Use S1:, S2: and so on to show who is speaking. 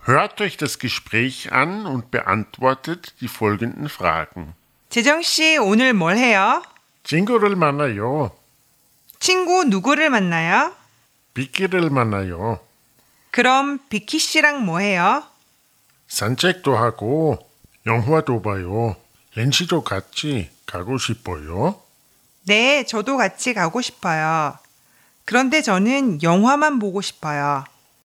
S1: Hört euch das Gespräch an und beantwortet die folgenden Fragen.
S2: 재정 씨, 오늘 뭘 해요?
S1: 친구를 만나요.
S2: 친구 누구를 만나요?
S1: 비키를 만나요.
S2: 그럼 비키 씨랑 뭐 해요?
S1: 산책도 하고 영화도 봐요. 렌시도 같이 가고 싶어요.
S2: 네, 저도 같이 가고 싶어요. 그런데 저는 영화만 보고 싶어요.